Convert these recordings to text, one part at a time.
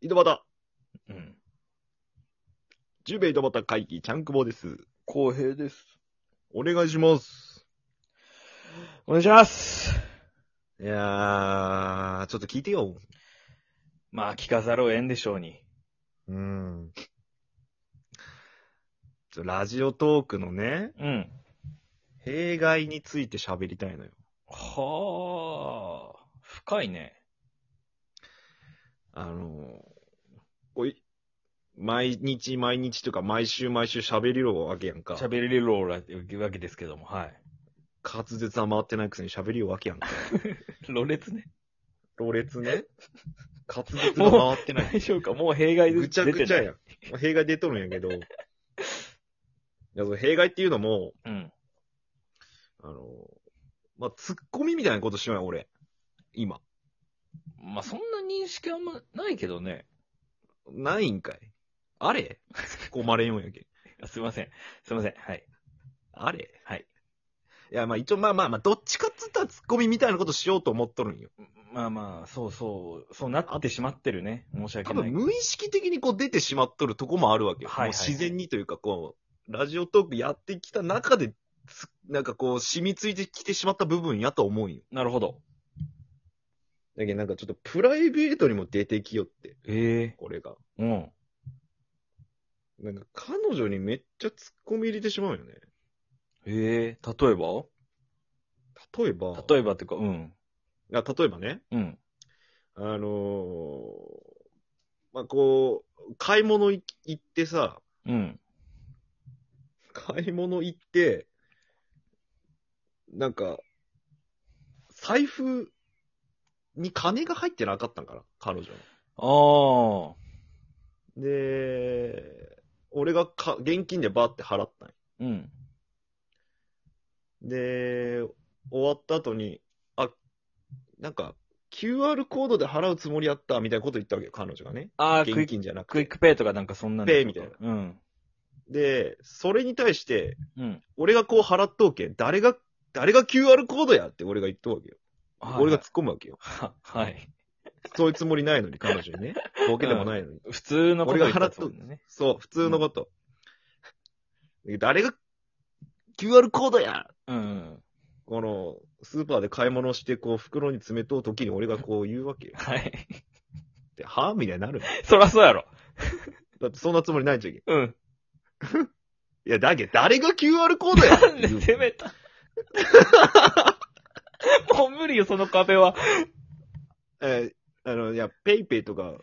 井戸端、うん。十兵衛井戸端会議、ちゃんくぼです。公平です。お願いします。お願いします。いやー、ちょっと聞いてよ。まあ、聞かざるを得んでしょうに。うん。ちょラジオトークのね、うん。弊害について喋りたいのよ。はあ、深いね。あのこうい、毎日毎日というか毎週毎週喋りろわけやんか。喋れるローラっていうわけですけども、はい。滑舌は回ってないくせに喋りよわけやんか。ろれつね。ロレツ ね。滑舌が回ってない。大丈夫かもう弊害ぐ出ちてゃない。ぐちゃやん。まあ弊害出とるんやけど。いや、その弊害っていうのも、うん。あの、まあ、ツッコミみたいなことしようよ、俺。今。まあ、そんな認識あんまないけどね。ないんかい。あれ突っ込まれんようやけん。あすいません。すいません。はい。あれはい。いや、まあ、一応、まあまあまあ、どっちかっつったらツッコミみたいなことしようと思っとるんよ。まあまあ、そうそう、そうなってしまってるね。申し多訳な分、い。無意識的にこう出てしまっとるとこもあるわけよ。はいはいはいもう自然にというか、こう、ラジオトークやってきた中で、つなんかこう、染みついてきてしまった部分やと思うんよ。なるほど。だけどなんかちょっとプライベートにも出てきよって、えこれが。えうん。なんか彼女にめっちゃ突っ込み入れてしまうよね。ええ例えば例えば、例えばっていうか、うん。あ例えばね、うん。あのーまあ、こう、買い物い行ってさ、うん。買い物行って、なんか、財布に金が入ってなかったんかな、彼女の。ああ。で、俺がか現金でバーって払ったんようん。で、終わった後に、あ、なんか、QR コードで払うつもりやった、みたいなこと言ったわけよ、彼女がね。ああ、クイ現ック、金じゃなくクイックペイとかなんかそんなんだペイみたいな。うん。で、それに対して、うん。俺がこう払っとうけん、誰が、誰が QR コードやって俺が言っとうわけよ。俺が突っ込むわけよ。は、はい。そういうつもりないのに、彼女に ね。ボケでもないのに。普通のこと俺が払っととんだね。そう、普通のこと。誰が QR コードやうんうん。この、スーパーで買い物して、こう、袋に詰めとう時に俺がこう言うわけよ。はい。 で、はぁみたいになるのそらそうやろ。だってそんなつもりないじゃんけ。うん。いや、だけど誰が QR コー ドやなんで攻めたもう無理よ、その壁は。えーあの、いや、ペイペイとか、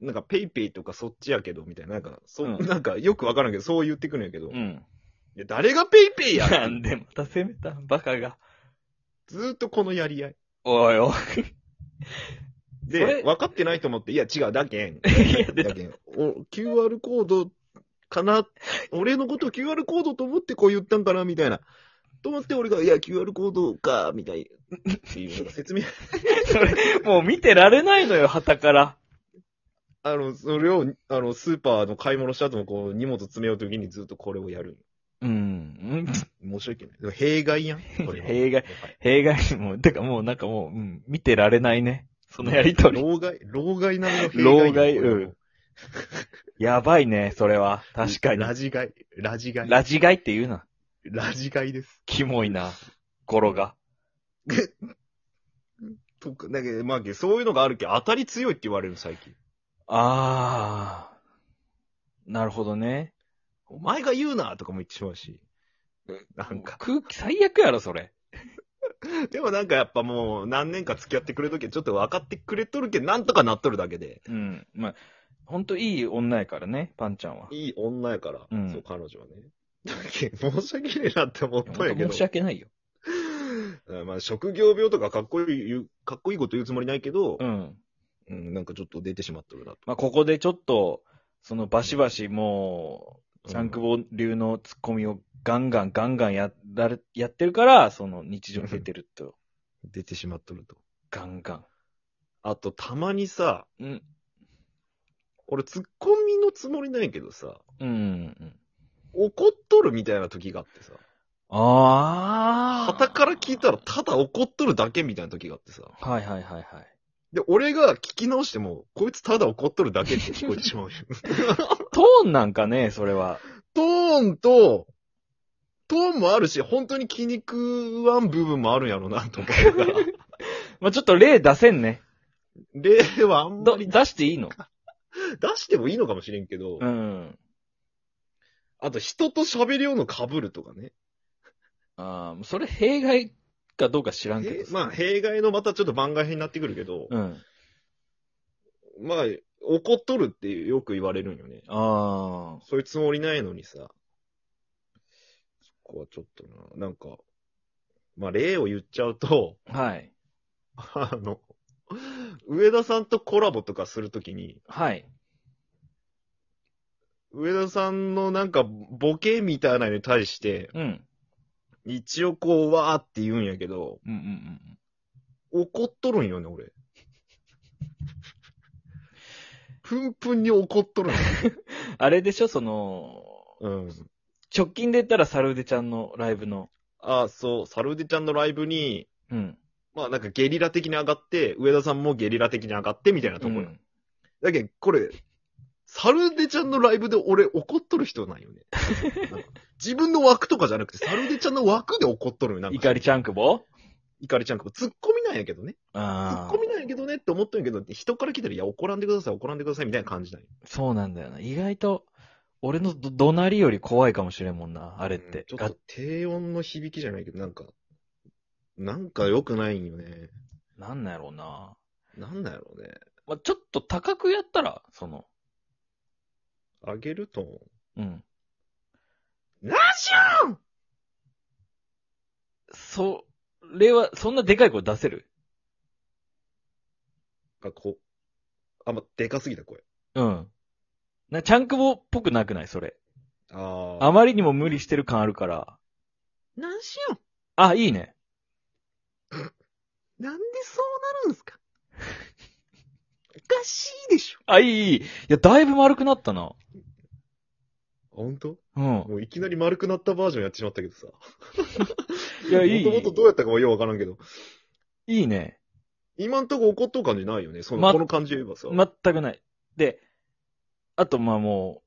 なんかペイペイとかそっちやけど、みたいな、なんか、そ、うんなんかよくわからんけど、そう言ってくるんやけど、ういん。や、誰がペイペイや なんでまた攻めたバカが。ずーっとこのやり合い。おいおい。そでれ、分かってないと思って、いや、違う、だけん。 いや、出だた。けん。お、QR コードかな、俺のことを QR コードと思ってこう言ったんかな、みたいな。と思って俺が、いや、QR コードか、みたいな。っていう、なんか説明、 それ、もう見てられないのよ、旗から。あの、それを、あの、スーパーの買い物した後も、こう、荷物詰めようときにずっとこれをやる。うん。申し訳ない。でも弊害やん。これは 弊害。弊害にも、てかもうなんかもう、うん、見てられないね。そのやりとり。老害、老害なの弊老害うん。やばいね、それは。確かに。ラジ害。ラジ害。ラジガイって言うな。ラジ害です。キモいな。語呂が。とか、だけど、まあ、そういうのがあるけど、当たり強いって言われる最近。あー。なるほどね。お前が言うなとかも言ってしまうし。なんか。空気最悪やろ、それ。でもなんかやっぱもう何年か付き合ってくれるときはちょっと分かってくれとるけど、なんとかなっとるだけで。うん。まあ、ほんといい女やからね、パンちゃんは。いいい女やから、うんそう、彼女はね。だけど申し訳ねえなって思っやたんやほんけとど申し。訳ないよ。うんまあ、職業病とかかっこいい言う、かっこいいこと言うつもりないけど、うん。うん、なんかちょっと出てしまっとるなと。まあ、ここでちょっと、そのバシバシもう、サンクボ流のツッコミをガンガンガンガンやられ、やってるから、その日常に出てる と。出てしまっとると。ガンガン。あと、たまにさ、うん。俺、ツッコミのつもりないけどさ、うんうんうん。怒っとるみたいな時があってさ、ああ。旗から聞いたらただ怒っとるだけみたいな時があってさ、はいはいはいはい。で、俺が聞き直しても、こいつただ怒っとるだけって聞こえてしまう よ。トーンなんかね、それは。トーンと、トーンもあるし、本当に気に食わん部分もあるんやろうな、と思うから。 まあ、ちょっと例出せんね。例はあんまどり出していいの出してもいいのかもしれんけど、うん。あと人と喋りようの被るとかね。ああ、それ弊害かどうか知らんけどえ。まあ、弊害のまたちょっと番外編になってくるけど、うん。まあ、怒っとるってよく言われるんよね。あそういうつもりないのにさ。そこはちょっとな、なんか、まあ例を言っちゃうと、 あ。はい。あの、上田さんとコラボとかするときに、はい。上田さんのなんかボケみたいなのに対して、うん。一応こう、わーって言うんやけど、うんうんうん。怒っとるんよね、俺。プンプンに怒っとるんよあれでしょその、うん。直近で言ったらサルーデちゃんのライブの。あ、そう、サルデちゃんのライブに、うん。まあなんかゲリラ的に上がって、上田さんもゲリラ的に上がってみたいなところ、うんだけど、これ、サルデちゃんのライブで俺怒っとる人なんよね。 なんか自分の枠とかじゃなくて、サルデちゃんの枠で怒っとるよ。なんか、怒りちゃんくぼいかりちゃんかも突っ込みなんやけどね。突っああ込。みなんやけどねって思っとんやけど、人から来たら、いや、怒らんでください、怒らんでくださいみたいな感じなんよ。そうなんだよな。意外と、俺のど、怒鳴りより怖いかもしれんもんな、あれっうんて。ちょっがと低音の響きじゃないけど、なんか、なんか良くないんよね。なんなんやろうな。なんだろうね。まあ、ちょっと高くやったら、その、上げると、うん。ラジオンそれは、そんなでかい声出せるがこう、あんま、でかすぎた声。うん。な、ちゃんくぼっぽくなくないそれ。あーあまりにも無理してる感あるから。なんしよあ、いいね。うなんでそうなるんすかおかしいでしょ。あ、いい、いい。いや、だいぶ丸くなったな。ほんとうん。もういきなり丸くなったバージョンやってしまったけどさ。いや、いいも。ともとどうやったかもようわからんけど。いいね。今んとこ怒っとう感じないよね。その、まこの感じ言えばさ。全くない。で、あと、まあも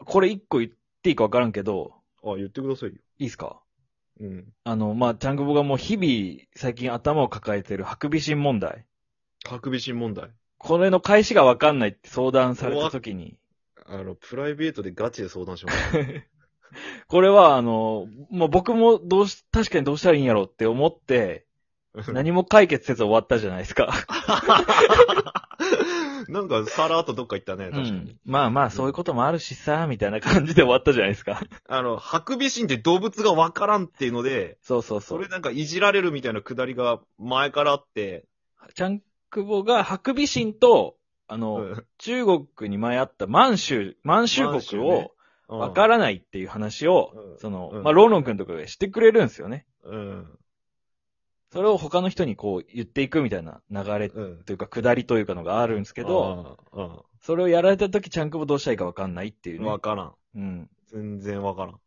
う、これ一個言っていいかわからんけど、あ、言ってくださいよ。いいっすかうん。あの、まあ、ちゃんくぼがもう日々、最近頭を抱えてるハクビシン問題。ハクビシン問題。これの返しがわかんないって相談された時に、あの、プライベートでガチで相談しま した。これはあの、まあ、僕もどうし、確かにどうしたらいいんやろって思って、何も解決せず終わったじゃないですか。なんか、さらっとどっか行ったね、確かに。うんまあまあ、そういうこともあるしさ、みたいな感じで終わったじゃないですか。あの、ハクビシンって動物がわからんっていうので、そうそうそそうれ。なんかいじられるみたいなくだりが前からあって、ちゃんくぼがハクビシンと、あの、うん中国に前あった満州、満州満州国ねをわからないっていう話を、うんその、うんまあ、ローロン君とかがしてくれるんですよね。うん。それを他の人にこう言っていくみたいな流れうん。というか、下りというかのがあるんですけど、ど、それをやられた時、ちゃんくぼどうしたらいいかわかんないっていううん。ねわ。からん。うん。全然わからん。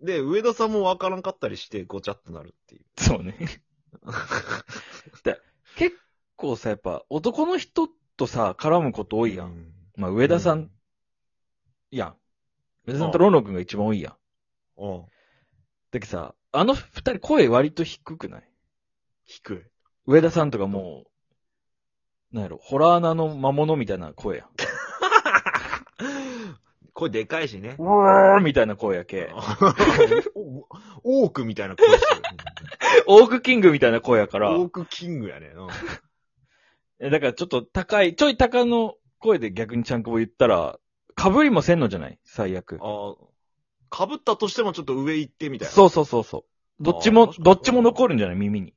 で、上田さんもわからんかったりして、ごちゃっとなるっていう。そうね。結構さ、やっぱ男の人とさ、絡むこと多いやん。ん。まあ、上田さん、うんやん。上田さんとローロン君が一番多いやん。うん。だけどさ、あの二人声割と低くない低い。上田さんとかもう、なんやろ、ホラー穴の魔物みたいな声やん。声でかいしね。うわーみたいな声やけ。オークみたいな声してる。オークキングみたいな声やから。オークキングやね。うんえだからちょっと高い、ちょい高の声で逆にちゃんこぼ言ったら、被りもせんのじゃない最悪。ああ、被ったとしてもちょっと上行ってみたいな。そうそうそうそう。どっちあーも確、かにどっちも残るんじゃない耳 に。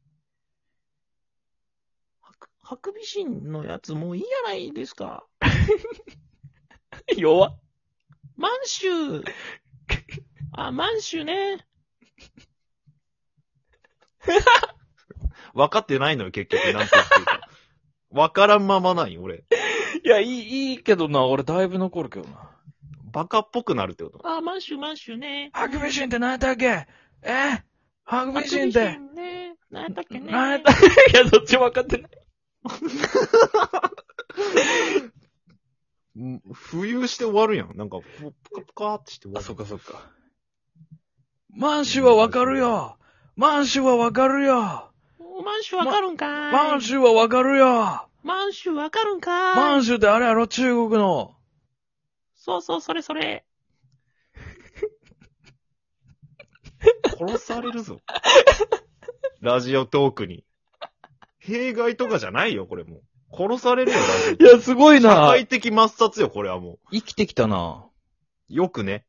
ハクビシンのやつもういいじゃないですか。弱っ。満 州。あ、満州ね。分かってないのよ、結局。なんて言ってるか。分からんままない、俺。いや、いい、いいけどな、俺だいぶ残るけどな。バカっぽくなるってこと。あ、満州、満州ね。ハクビシンって何やったっけえーハーグあビジンって。ね。何やったっけね。なんや った、いや、どっちも分かってない。うん浮遊して終わるやん。なんか、ぷぷかぷかってして終わあ、る。そっかそっか。満州は分かるよ満州は分かるよ満州わかるんかーい。満州は分かるよ満州わかるんかーい。満州ってあれやろ中国の。そうそう、それそれ。殺される ぞ。ラジオトークに。弊害とかじゃないよ、これもう。殺されるよ、ラジいや、すごいオ。社な会的抹殺よ、これはも生きてきたなう。よくね。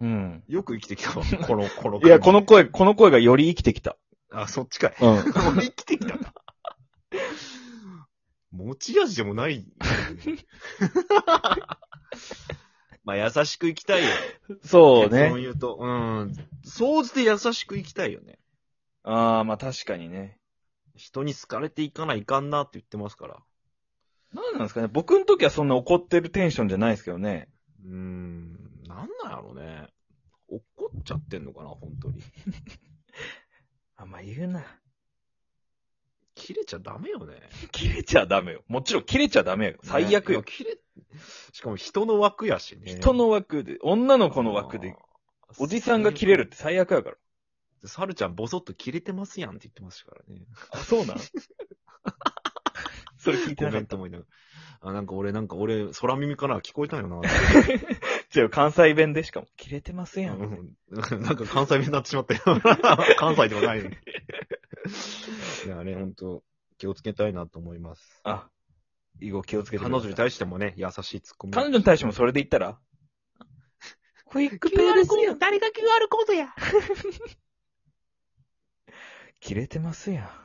うん。よく生きてき たわ。この、この。いや、こ。の声、この声がより生きてきた。あ、そっちかい。うん。生きてきたな。持ち味でも ない。まあ、優しく生きたいよ。 そう結論ね。言うと。うん。総じて優しく生きたいよね。ああ、まあ確かにね。人に好かれていかないかんなって言ってますから。なんなんですかね僕の時はそんな怒ってるテンションじゃないですけどね。うーん。なんなんやろね。怒っちゃってんのかな、本当に。あんま言うな。切れちゃダメよね。切れちゃダメよ。もちろん切れちゃダメよ。最悪よね。いや切れ、しかも人の枠やしね。人の枠で、女の子の枠で、あー。おじさんが切れるって最悪やから。サルちゃんボソッと切れてますやんって言ってますからね。あ、そうなの それ聞いごてなかめっんとた。思いながら。あ、なんか俺、なんか俺、空耳かな聞こえたよな。違う、関西弁でしかも。切れてますやん。うんなんか関西弁になってしま ったよ。関西では ないのに。いやね、ほんと、気をつけたいなと思います。あ、以後気をつけてく彼ださい女に対してもね、優しいツッコミ。彼女に対してもそれで言った らクイックペーですよ。誰が QR コードや。切れてますやん。